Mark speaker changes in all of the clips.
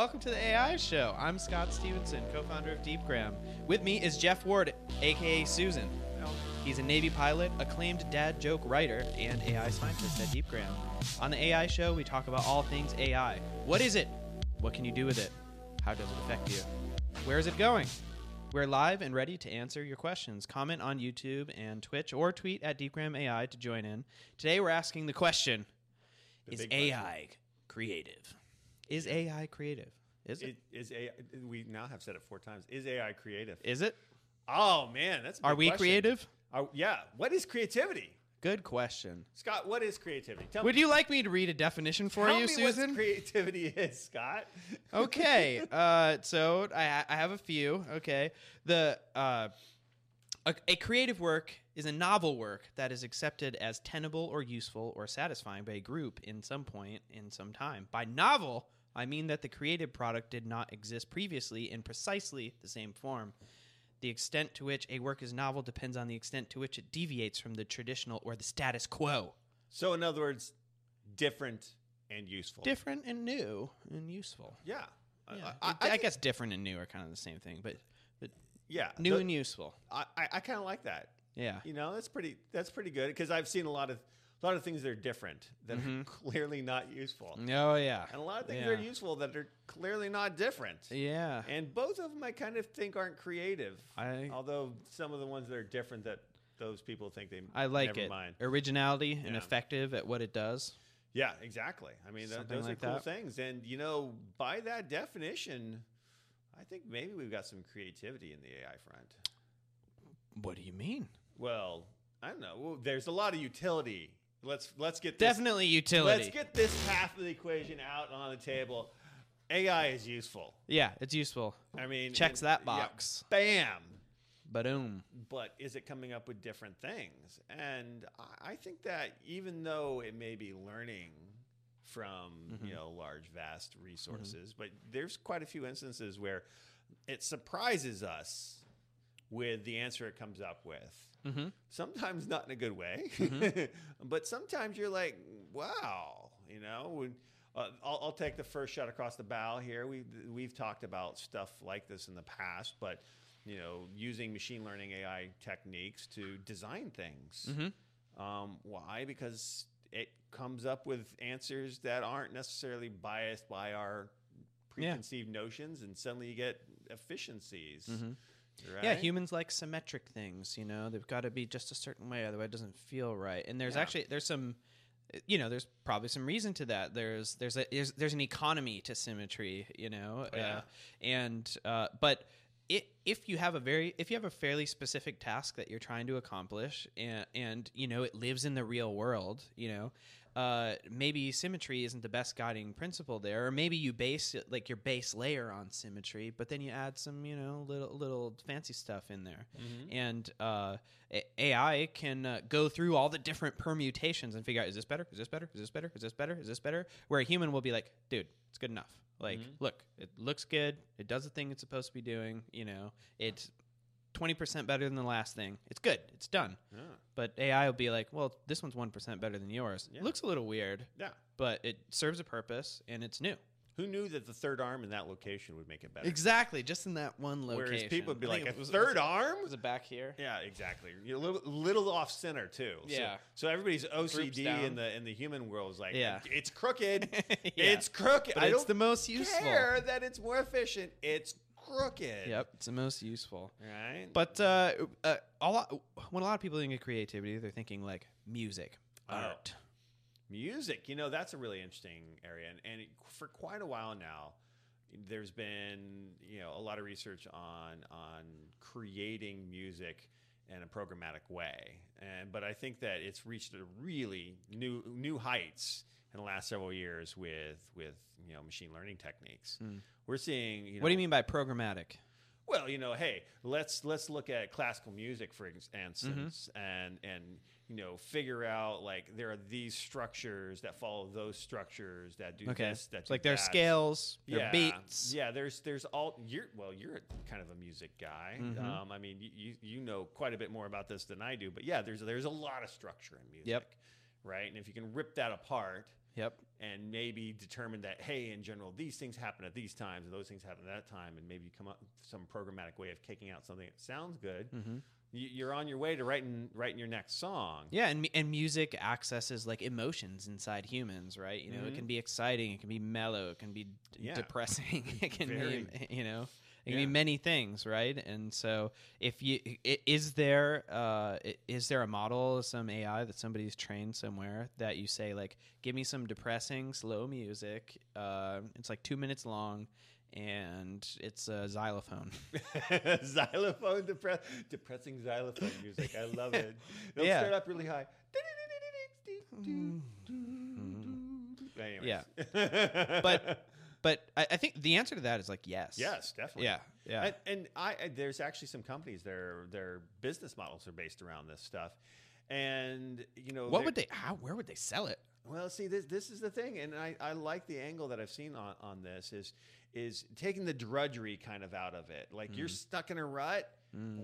Speaker 1: Welcome to the AI Show. I'm Scott Stevenson, co founder of DeepGram. With me is Jeff Ward, aka Susan. He's a Navy pilot, acclaimed dad joke writer, and AI scientist at DeepGram. On the AI Show, we talk about all things AI. What is it? What can you do with it? How does it affect you? Where is it going? We're live and ready to answer your questions. Comment on YouTube and Twitch or tweet at DeepGram AI to join in. Today, we're asking the question Is
Speaker 2: big question.
Speaker 1: AI creative? Is AI creative? Is it?
Speaker 2: It, is AI, we now have said it four times. Is AI creative?
Speaker 1: Is it?
Speaker 2: oh man, that's. A
Speaker 1: Are
Speaker 2: big
Speaker 1: we
Speaker 2: question.
Speaker 1: creative?
Speaker 2: Are, yeah. What is creativity,
Speaker 1: Good question.
Speaker 2: Scott? What is creativity? Tell
Speaker 1: Would
Speaker 2: me.
Speaker 1: you like me to read a definition for
Speaker 2: tell
Speaker 1: you,
Speaker 2: me
Speaker 1: Susan?
Speaker 2: What creativity is, Scott?
Speaker 1: okay. Uh, so I, I have a few. Okay. The uh, a, a creative work is a novel work that is accepted as tenable or useful or satisfying by a group in some point in some time. By novel, I mean that the creative product did not exist previously in precisely the same form. The extent to which a work is novel depends on the extent to which it deviates from the traditional or the status quo.
Speaker 2: So, in other words, different and useful.
Speaker 1: Different and new and useful.
Speaker 2: Yeah. I-
Speaker 1: Yeah.
Speaker 2: I,
Speaker 1: I,
Speaker 2: I, think-
Speaker 1: guess different and new are kind of the same thing, but but
Speaker 2: Yeah.
Speaker 1: new
Speaker 2: the-
Speaker 1: and useful.
Speaker 2: I, I, I kind of like that.
Speaker 1: Yeah.
Speaker 2: You know, that's pretty. That's pretty good because I've seen a lot of a lot of things that are different that are clearly not useful,
Speaker 1: Oh yeah.
Speaker 2: and a lot of things
Speaker 1: Mm-hmm. yeah.
Speaker 2: that are useful that are clearly not different.
Speaker 1: Yeah.
Speaker 2: And both of them I kind of think aren't creative.
Speaker 1: I-
Speaker 2: although some of the ones that are different that those people think they
Speaker 1: I like
Speaker 2: never
Speaker 1: it.
Speaker 2: mind.
Speaker 1: Originality and
Speaker 2: Yeah.
Speaker 1: effective at what it does.
Speaker 2: Yeah, exactly. I mean, th-
Speaker 1: Something
Speaker 2: those
Speaker 1: like
Speaker 2: are cool
Speaker 1: that.
Speaker 2: things. And you know, by that definition, I think maybe we've got some creativity in the AI front.
Speaker 1: What do you mean?
Speaker 2: Well, I don't know. Well, there's a lot of utility. Let's let's get this,
Speaker 1: Definitely utility.
Speaker 2: Let's get this half of the equation out on the table. AI is useful.
Speaker 1: yeah, it's useful.
Speaker 2: I mean,
Speaker 1: Checks
Speaker 2: and-
Speaker 1: that
Speaker 2: yeah,
Speaker 1: box.
Speaker 2: bam.
Speaker 1: Boom.
Speaker 2: but is it coming up with different things? And I- I think that even though it may be learning from you know large vast resources, but there's quite a few instances where it surprises us with the answer it comes up with.
Speaker 1: Mhm.
Speaker 2: Sometimes not in a good way,
Speaker 1: Mm-hmm.
Speaker 2: but sometimes you're like, wow, you know. When, uh, I'll, I'll take the first shot across the bow here. We we've talked about stuff like this in the past, but you know, using machine learning AI techniques to design things.
Speaker 1: Mhm.
Speaker 2: Um, why? Because it comes up with answers that aren't necessarily biased by our
Speaker 1: Yeah.
Speaker 2: preconceived notions, and suddenly you get efficiencies.
Speaker 1: Mhm.
Speaker 2: Right?
Speaker 1: Yeah, humans like symmetric things. You know, they've got to be just a certain way, otherwise it doesn't feel right. And there's
Speaker 2: Yeah.
Speaker 1: actually there's some, you know, there's probably some reason to that. There's there's a there's, there's an economy to symmetry. You know, uh,
Speaker 2: yeah.
Speaker 1: and uh, but. i if you have a very if you have a fairly specific task that you're trying to accomplish and, and you know it lives in the real world you know uh, maybe symmetry isn't the best guiding principle there, or maybe you base it, like your base layer on symmetry, but then you add some you know little little fancy stuff in there,
Speaker 2: Mm-hmm.
Speaker 1: and uh, A- AI can uh, go through all the different permutations and figure out is this better, is this better, is this better, is this better, is this better, where a human will be like, dude, it's good enough. Like,
Speaker 2: Mm-hmm.
Speaker 1: look, it looks good, it does the thing it's supposed to be doing, you know, it's twenty percent better than the last thing, it's good, it's done.
Speaker 2: Yeah.
Speaker 1: But AI will be like, well, this one's one percent better than yours.
Speaker 2: Yeah.
Speaker 1: Looks a little weird,
Speaker 2: yeah.
Speaker 1: but it serves a purpose and it's new.
Speaker 2: Who knew that the third arm in that location would make it better?
Speaker 1: Exactly, just in that one location.
Speaker 2: Whereas people would be
Speaker 1: I think
Speaker 2: like,
Speaker 1: it
Speaker 2: a third arm?
Speaker 1: was it back here?
Speaker 2: Yeah, exactly. You're a little, little off center too. So-
Speaker 1: Yeah.
Speaker 2: So, everybody's OCD
Speaker 1: down.
Speaker 2: in the in the human world is like,
Speaker 1: Yeah.
Speaker 2: it's crooked.
Speaker 1: Yeah.
Speaker 2: It's crooked.
Speaker 1: But
Speaker 2: I
Speaker 1: it's
Speaker 2: don't
Speaker 1: the most useful.
Speaker 2: care that it's more efficient. It's crooked.
Speaker 1: Yep, it's the most useful.
Speaker 2: Right.
Speaker 1: But uh, uh, a lot, when a lot of people think of creativity, they're thinking like music,
Speaker 2: Oh.
Speaker 1: art.
Speaker 2: Music, you know, that's a really interesting area. And, and it, for quite a while now, there's been, you know, a lot of research on on creating music in a programmatic way. And but I think that it's reached a really new new heights in the last several years with with, you know, machine learning techniques. We're seeing, you know,
Speaker 1: Hmm. What do you mean by programmatic?
Speaker 2: well, you know, hey, let's let's look at classical music for ex-
Speaker 1: Mm-hmm.
Speaker 2: instance, and and you know, figure out like there are these structures that follow those structures that do
Speaker 1: Okay,
Speaker 2: this, that
Speaker 1: it's
Speaker 2: do
Speaker 1: like there are
Speaker 2: that.
Speaker 1: scales, there are beats.
Speaker 2: Yeah, there's there's all you're well, you're kind of a music guy.
Speaker 1: Mm-hmm.
Speaker 2: Um, I mean, you- you you know quite a bit more about this than I do, but yeah, there's there's a lot of structure in music, right? And if you can rip that apart
Speaker 1: Yep.
Speaker 2: and maybe determine that hey in general these things happen at these times and those things happen at that time and maybe come up with some programmatic way of kicking out something that sounds good
Speaker 1: Mm-hmm.
Speaker 2: you, you're on your way to writing writing your next song
Speaker 1: Yeah, and mu- and music accesses like emotions inside humans, right? You know, it
Speaker 2: Mhm.
Speaker 1: can be exciting, it can be mellow, it can be d-
Speaker 2: Yeah.
Speaker 1: depressing, it can
Speaker 2: Very.
Speaker 1: be you know, it can
Speaker 2: Yeah.
Speaker 1: be many things, right? And so, if you i- is there uh i- is there a model, some AI that somebody's trained somewhere that you say like, give me some depressing slow music, uh, it's like two minutes long, and it's a xylophone.
Speaker 2: xylophone depress- depressing xylophone music i love it it'll
Speaker 1: Yeah. Mm-hmm.
Speaker 2: start up really high
Speaker 1: Yeah.
Speaker 2: yeah
Speaker 1: But- but I, I think the answer to that is like yes,
Speaker 2: yes definitely
Speaker 1: yeah, yeah.
Speaker 2: And, and I, I there's actually some companies their their business models are based around this stuff, and you know
Speaker 1: what
Speaker 2: they're-
Speaker 1: would they? How? Where would they sell it?
Speaker 2: well see this this is the thing, and I, I like the angle that I've seen on on this is is taking the drudgery kind of out of it. Like
Speaker 1: Mm-hmm.
Speaker 2: you're stuck in a rut,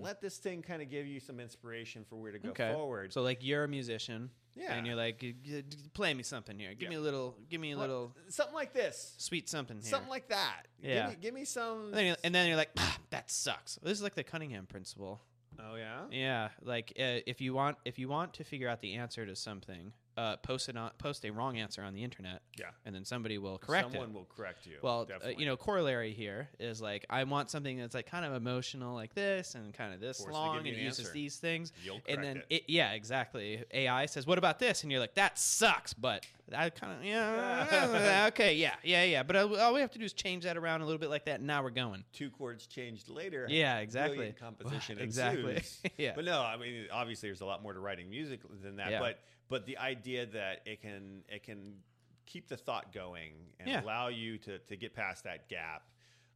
Speaker 2: let this thing kind of give you some inspiration for where to go
Speaker 1: Okay.
Speaker 2: forward.
Speaker 1: So like you're a musician,
Speaker 2: Yeah.
Speaker 1: and you're like, "G- g- g- play me something here. Give
Speaker 2: Yeah.
Speaker 1: me a little, give me a
Speaker 2: Let-
Speaker 1: little
Speaker 2: something like this,
Speaker 1: sweet something here.
Speaker 2: something like that.
Speaker 1: Yeah.
Speaker 2: give me, give me some.
Speaker 1: and then, you're, and then you're like, "Ah, that sucks. This is like the Cunningham principle.
Speaker 2: oh yeah,
Speaker 1: Yeah, like uh, if you want if you want to figure out the answer to something, uh, post it on post a wrong answer on the internet,
Speaker 2: yeah.
Speaker 1: and then somebody will correct
Speaker 2: Someone
Speaker 1: it.
Speaker 2: will correct you.
Speaker 1: Well, uh,
Speaker 2: definitely.
Speaker 1: you know, corollary here is like I want something that's like kind of emotional, like this, and kind of this
Speaker 2: Force them to
Speaker 1: long,
Speaker 2: give
Speaker 1: and
Speaker 2: you an
Speaker 1: uses
Speaker 2: answer.
Speaker 1: these things,
Speaker 2: You'll
Speaker 1: and
Speaker 2: correct
Speaker 1: then it.
Speaker 2: it.
Speaker 1: yeah exactly ai says what about this and you're like that sucks but i kind of yeah okay yeah yeah yeah but all all we have to do is change that around a little bit like that and now we're going
Speaker 2: two chords changed later.
Speaker 1: yeah
Speaker 2: brilliant
Speaker 1: exactly
Speaker 2: composition
Speaker 1: exactly
Speaker 2: ensues.
Speaker 1: yeah
Speaker 2: But no, I mean obviously there's a lot more to writing music than that.
Speaker 1: Yeah.
Speaker 2: But but the idea that it can it can keep the thought going and
Speaker 1: Yeah.
Speaker 2: allow you to to get past that gap.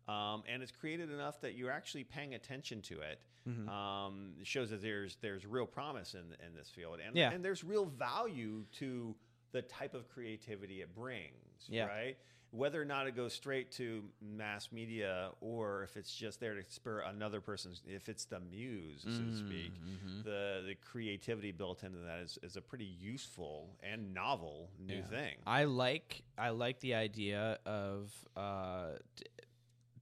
Speaker 2: Um, and it's created enough that you're actually paying attention to it.
Speaker 1: Mm-hmm.
Speaker 2: Um, it shows that there's there's real promise in in this field, and
Speaker 1: Yeah.
Speaker 2: and there's real value to the type of creativity it brings
Speaker 1: Yeah.
Speaker 2: right? Whether or not it goes straight to mass media or if it's just there to spur another person's, if it's the muse, so
Speaker 1: Mm,
Speaker 2: to speak,
Speaker 1: mm-hmm.
Speaker 2: the, the creativity built into that is, is a pretty useful and novel new
Speaker 1: Yeah.
Speaker 2: thing.
Speaker 1: I like I like the idea of uh, d-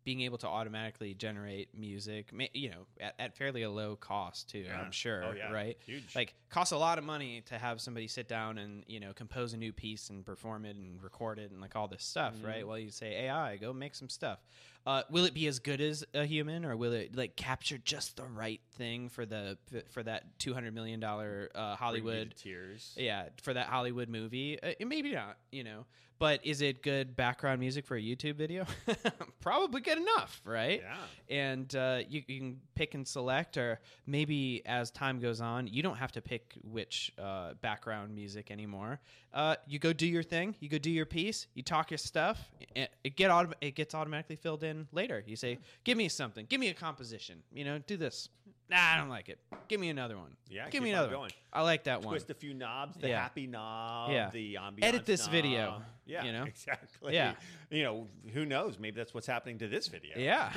Speaker 1: being able to automatically generate music, ma- you know, at, at fairly a low cost too.
Speaker 2: Yeah.
Speaker 1: I'm sure,
Speaker 2: Oh, yeah.
Speaker 1: right?
Speaker 2: Huge.
Speaker 1: Like costs a lot of money to have somebody sit down and you know compose a new piece and perform it and record it and like all this stuff,
Speaker 2: Mm-hmm.
Speaker 1: right? Well, you say AI, go make some stuff. Uh, will it be as good as a human, or will it like capture just the right thing for the for that two hundred million dollar uh,
Speaker 2: Bring me to
Speaker 1: Hollywood
Speaker 2: tears.
Speaker 1: yeah, for that Hollywood movie, uh, maybe not, you know. But is it good background music for a YouTube video? Probably good enough, right?
Speaker 2: Yeah.
Speaker 1: And uh, you, you can pick and select, or maybe as time goes on, you don't have to pick which uh, background music anymore. Uh, you go do your thing, you go do your piece, you talk your stuff. It, it get autom- it gets automatically filled in later. You say, "Give me something, give me a composition, you know, do this." Nah, I don't like it. Give me another one.
Speaker 2: Yeah,
Speaker 1: give me
Speaker 2: keep on
Speaker 1: another one.
Speaker 2: going.
Speaker 1: I like that one.
Speaker 2: Twist a few knobs, the
Speaker 1: Yeah.
Speaker 2: happy knob,
Speaker 1: Yeah.
Speaker 2: the ambiance.
Speaker 1: Edit this
Speaker 2: knob.
Speaker 1: video,
Speaker 2: Yeah,
Speaker 1: you know?
Speaker 2: exactly.
Speaker 1: Yeah.
Speaker 2: you know, who knows? Maybe that's what's happening to this video.
Speaker 1: Yeah.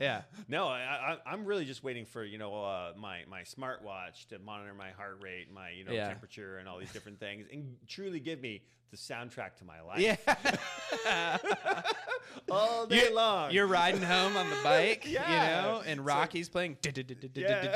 Speaker 1: yeah.
Speaker 2: No, I, I, I'm really just waiting for you know uh, my my smartwatch to monitor my heart rate, my you know
Speaker 1: Yeah.
Speaker 2: temperature, and all these different things, and truly give me the soundtrack to my life.
Speaker 1: Yeah.
Speaker 2: all day
Speaker 1: You-
Speaker 2: long.
Speaker 1: You're riding home on the bike,
Speaker 2: Yeah.
Speaker 1: you know, and
Speaker 2: It's
Speaker 1: Rocky's playing.
Speaker 2: Yeah.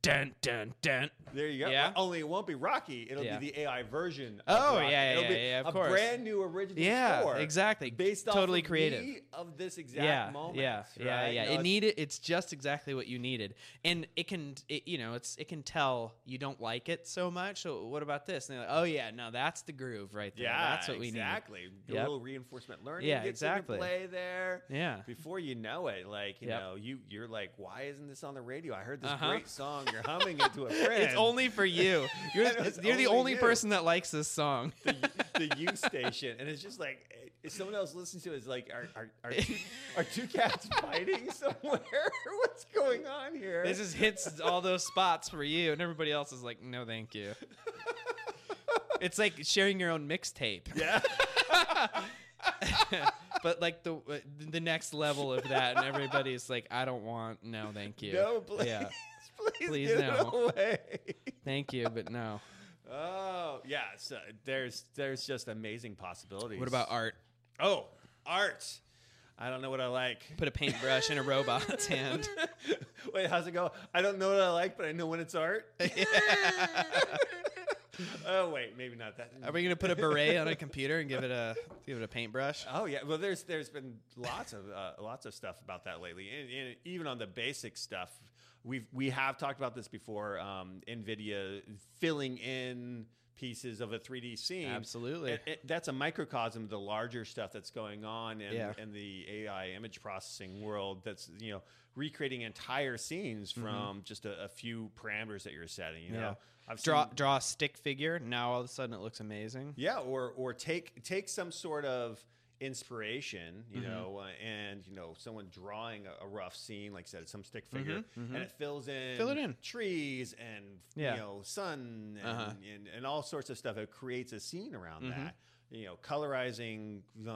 Speaker 1: Dun, dun, dun.
Speaker 2: there you go.
Speaker 1: Yeah.
Speaker 2: Only it won't be Rocky. It'll
Speaker 1: Yeah.
Speaker 2: be the AI version. Of
Speaker 1: Oh,
Speaker 2: Rocky.
Speaker 1: yeah,
Speaker 2: It'll
Speaker 1: yeah,
Speaker 2: be
Speaker 1: yeah, of
Speaker 2: a
Speaker 1: course.
Speaker 2: brand new original
Speaker 1: Yeah,
Speaker 2: score.
Speaker 1: exactly.
Speaker 2: Based off
Speaker 1: Totally
Speaker 2: of
Speaker 1: creative.
Speaker 2: me of this exact
Speaker 1: Yeah,
Speaker 2: moment.
Speaker 1: yeah, yeah,
Speaker 2: right?
Speaker 1: yeah.
Speaker 2: No,
Speaker 1: it
Speaker 2: it's-
Speaker 1: needed. It's just exactly what you needed, and it can, it, you know, it's it can tell you don't like it so much. So what about this? And they're like, oh yeah, no, that's the groove right there.
Speaker 2: Yeah,
Speaker 1: that's what we
Speaker 2: exactly. A
Speaker 1: Yep.
Speaker 2: little reinforcement learning.
Speaker 1: Yeah,
Speaker 2: gets
Speaker 1: exactly.
Speaker 2: Into play there.
Speaker 1: need. Yeah,
Speaker 2: before you know it, like you
Speaker 1: Yep.
Speaker 2: know, you you're like, why isn't this on the radio? I heard this
Speaker 1: Uh-huh.
Speaker 2: great song. You're humming it to a friend.
Speaker 1: It's only for you. You're,
Speaker 2: It's
Speaker 1: you're the
Speaker 2: only
Speaker 1: only
Speaker 2: you.
Speaker 1: person that likes this song.
Speaker 2: the, the U station, and it's just like eh, if someone else listens to it. It's like, are are, are, two, are two cats fighting somewhere? What's going on here?
Speaker 1: This just hits all those spots for you, and everybody else is like, no, thank you. It's like sharing your own mixtape,
Speaker 2: yeah.
Speaker 1: but like the uh, the next level of that, and everybody's like, I don't want, no, thank you.
Speaker 2: No, please,
Speaker 1: Yeah,
Speaker 2: please,
Speaker 1: Please,
Speaker 2: get
Speaker 1: no.
Speaker 2: it away.
Speaker 1: thank you, but no.
Speaker 2: Oh yeah, so there's there's just amazing possibilities.
Speaker 1: What about art?
Speaker 2: Oh, art. I don't know what I like.
Speaker 1: Put a paintbrush in a robot's hand.
Speaker 2: Wait, how's it go? I don't know what I like, but I know when it's art. oh wait, maybe not that.
Speaker 1: Are we gonna put a beret on a computer and give it a give it a paintbrush?
Speaker 2: Oh yeah, well there's there's been lots of uh, lots of stuff about that lately, and, and even on the basic stuff, we've we have talked about this before. Um, Nvidia filling in pieces of a 3D scene.
Speaker 1: Absolutely.
Speaker 2: It- it- that's a microcosm of the larger stuff that's going on in,
Speaker 1: Yeah.
Speaker 2: in the AI image processing world. That's you know recreating entire scenes from just a, a few parameters that you're setting. You
Speaker 1: Mm-hmm. Yeah.
Speaker 2: know, I've
Speaker 1: Draw
Speaker 2: seen-
Speaker 1: draw a stick figure. Now all of a sudden it looks amazing.
Speaker 2: yeah, or or take take some sort of inspiration, you
Speaker 1: Mm-hmm.
Speaker 2: know, uh, and you know someone drawing a, a rough scene, like I said, some stick figure, and it fills in
Speaker 1: Mm-hmm, Fill it in.
Speaker 2: trees and
Speaker 1: Yeah.
Speaker 2: you know sun and,
Speaker 1: Uh-huh. Mm-hmm.
Speaker 2: and and all sorts of stuff. It creates a scene around that. You know, colorizing the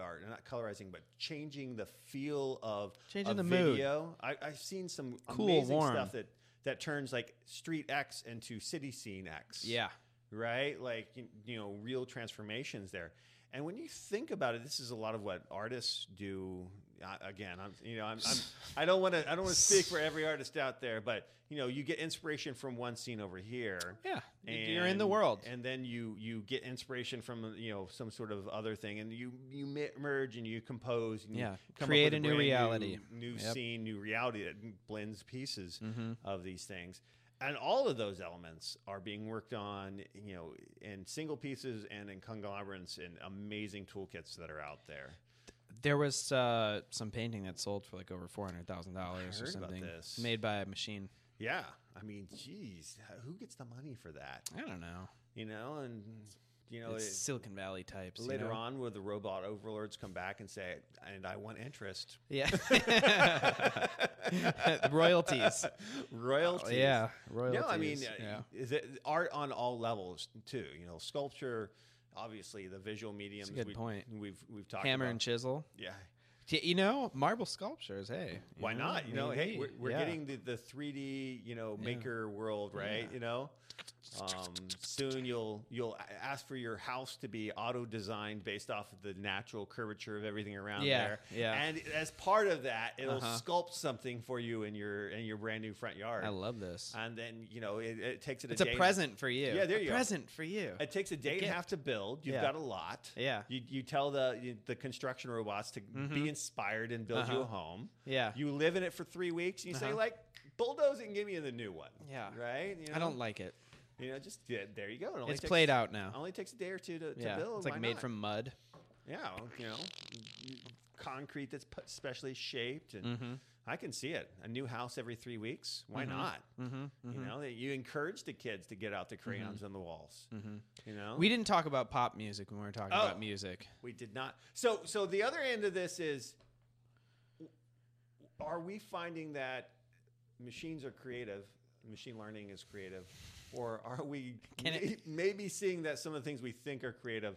Speaker 2: or not colorizing, but changing the feel of
Speaker 1: Changing the
Speaker 2: a
Speaker 1: mood.
Speaker 2: video. I, I've seen some
Speaker 1: Cool,
Speaker 2: amazing
Speaker 1: warm.
Speaker 2: stuff that that turns like street X into city scene X
Speaker 1: Yeah.
Speaker 2: right? Like you, you know, real transformations there. And when you think about it, this is a lot of what artists do. I, again, I'm you know I'm, I'm I don't want to I don't want to speak for every artist out there, but you know you get inspiration from one scene over here.
Speaker 1: Yeah. You're in the world.
Speaker 2: and then you you get inspiration from you know some sort of other thing, and you you mi- merge and you compose, and you
Speaker 1: Yeah.
Speaker 2: come up
Speaker 1: Create
Speaker 2: with
Speaker 1: a new
Speaker 2: brand
Speaker 1: reality.
Speaker 2: new,
Speaker 1: Yep.
Speaker 2: scene, new reality that blends pieces of these things. And all of those elements are being worked on, you know, in single pieces and in conglomerates and amazing toolkits that are out there.
Speaker 1: There was uh, some painting that sold for like over four hundred thousand dollars or
Speaker 2: heard about
Speaker 1: something.
Speaker 2: this.
Speaker 1: Made by a machine.
Speaker 2: Yeah. I mean, geez, who gets the money for that?
Speaker 1: I don't know.
Speaker 2: You know, and, you know,
Speaker 1: it's
Speaker 2: it-
Speaker 1: Silicon Valley types. you
Speaker 2: later
Speaker 1: know?
Speaker 2: on, will the robot overlords come back and say, and I want interest?
Speaker 1: Yeah. Royalties.
Speaker 2: Royalties.
Speaker 1: Oh, Yeah. Royalties.
Speaker 2: No, I mean, uh,
Speaker 1: yeah.
Speaker 2: is it- art on all levels too. You know, sculpture, obviously the visual mediums.
Speaker 1: good
Speaker 2: we,
Speaker 1: point.
Speaker 2: We've we've talked
Speaker 1: hammer
Speaker 2: about.
Speaker 1: and chisel.
Speaker 2: yeah.
Speaker 1: Y- You know, marble sculptures. Hey, you
Speaker 2: Why
Speaker 1: know,
Speaker 2: not? You know, hey,
Speaker 1: maybe.
Speaker 2: we're, we're
Speaker 1: Yeah.
Speaker 2: getting the, the 3D, you know, maker world, right?
Speaker 1: Yeah.
Speaker 2: You know, um, soon you'll you'll a- ask for your house to be auto designed based off of the natural curvature of everything around
Speaker 1: Yeah,
Speaker 2: there.
Speaker 1: yeah.
Speaker 2: And as part of that, it'll
Speaker 1: Uh-huh.
Speaker 2: sculpt something for you in your in your brand new front yard.
Speaker 1: I love this.
Speaker 2: and then you know it, it takes it.
Speaker 1: It's a
Speaker 2: day and-
Speaker 1: present for you.
Speaker 2: Uh, Yeah, there
Speaker 1: A
Speaker 2: you go.
Speaker 1: Present for you.
Speaker 2: It takes a day and a
Speaker 1: gift.
Speaker 2: half to build. You've
Speaker 1: Yeah.
Speaker 2: got a lot.
Speaker 1: Yeah. Mm-hmm.
Speaker 2: You, you tell the you, the construction robots to be inspired and build you a
Speaker 1: Uh-huh.
Speaker 2: home.
Speaker 1: Yeah.
Speaker 2: You live in it for three weeks. And you say
Speaker 1: Uh-huh.
Speaker 2: like bulldozing, give me the new one.
Speaker 1: Yeah.
Speaker 2: Right. You
Speaker 1: I
Speaker 2: know?
Speaker 1: don't like it.
Speaker 2: You know, just yeah, there you go. It only
Speaker 1: It's
Speaker 2: takes-
Speaker 1: played out now.
Speaker 2: Only takes a day or two to, to
Speaker 1: yeah,
Speaker 2: build.
Speaker 1: it's like
Speaker 2: Why
Speaker 1: made
Speaker 2: not?
Speaker 1: from mud.
Speaker 2: yeah, you know, you- concrete that's pu- specially shaped, and
Speaker 1: Mm-hmm.
Speaker 2: I can see it. A new house every three weeks. Why not?
Speaker 1: Mm-hmm.
Speaker 2: You know, that you encourage the kids to get out the crayons on the walls. You know,
Speaker 1: We didn't talk about pop music when we were talking
Speaker 2: Oh.
Speaker 1: about music.
Speaker 2: We did not. So so the other end of this is are we finding that machines are creative, machine learning is creative, or are we
Speaker 1: Can
Speaker 2: may- maybe seeing that some of the things we think are creative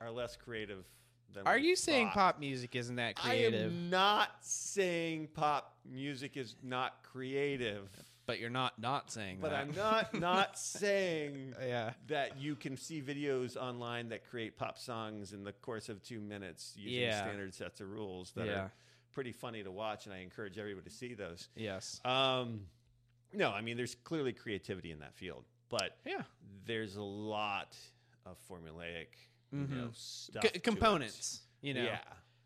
Speaker 2: are less creative than
Speaker 1: Are
Speaker 2: we
Speaker 1: you saying
Speaker 2: thought?
Speaker 1: pop music isn't that
Speaker 2: I
Speaker 1: creative?
Speaker 2: am not saying pop music is not creative,
Speaker 1: But you're not not saying
Speaker 2: but
Speaker 1: that. Uh,
Speaker 2: I'm not not saying
Speaker 1: yeah.
Speaker 2: that you can see videos online that create pop songs in the course of two minutes using
Speaker 1: Yeah.
Speaker 2: standard sets of rules that
Speaker 1: Yeah.
Speaker 2: are pretty funny to watch, and I encourage everybody to see those.
Speaker 1: Yes.
Speaker 2: Um, no, I mean, there's clearly creativity in that field, but
Speaker 1: Yeah.
Speaker 2: there's a lot of formulaic you know, stuff.
Speaker 1: Mm-hmm. C-
Speaker 2: to it.
Speaker 1: components. You know.
Speaker 2: Yeah.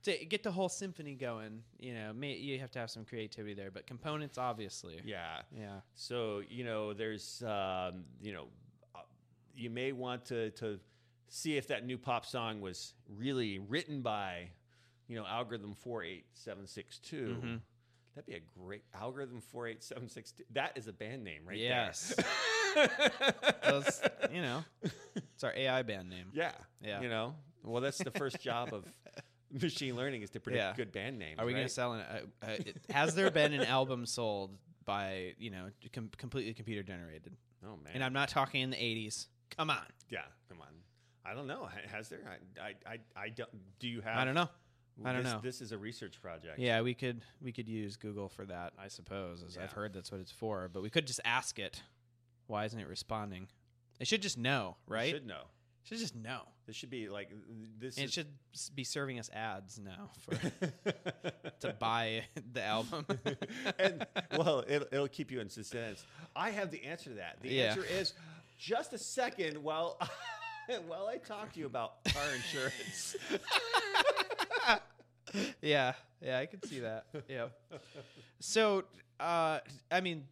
Speaker 1: to get the whole symphony going, you know, may, you have to have some creativity there, but components, obviously.
Speaker 2: Yeah.
Speaker 1: Yeah.
Speaker 2: So you know, there's um, you know, uh, you may want to to see if that new pop song was really written by, you know, algorithm four eight seven six two.
Speaker 1: Mm-hmm.
Speaker 2: That'd be a great algorithm four eight seven six two. That is a band name right
Speaker 1: yes.
Speaker 2: there.
Speaker 1: Those- you know, it's our AI band name.
Speaker 2: yeah.
Speaker 1: Yeah.
Speaker 2: You know, well, that's the first job of machine learning is to predict
Speaker 1: Yeah.
Speaker 2: good band names.
Speaker 1: Are we going
Speaker 2: right?
Speaker 1: to sell an? Uh, uh, it- has there been an album sold by you know com- completely computer generated?
Speaker 2: Oh man.
Speaker 1: And I'm not talking in the '80s. Come on,
Speaker 2: yeah. Come on. I don't know. Ha- Has there? I I I, I don't. Do you have?
Speaker 1: I don't know. I don't
Speaker 2: this-
Speaker 1: know.
Speaker 2: This is a research project.
Speaker 1: Yeah, we could we could use Google for that, I suppose. As
Speaker 2: Yeah.
Speaker 1: I've heard that's what it's for, but we could just ask it. Why isn't it responding? They should just know, right?
Speaker 2: Should know.
Speaker 1: should just know.
Speaker 2: This should be like this.
Speaker 1: And it
Speaker 2: is-
Speaker 1: should s- be serving us ads now for to buy the album.
Speaker 2: and well, it'll, it'll keep you in suspense. I have the answer to that. The
Speaker 1: Yeah.
Speaker 2: answer is just a second while while I talk to you about car insurance.
Speaker 1: yeah, yeah, I could see that. Yep. So, uh, I mean,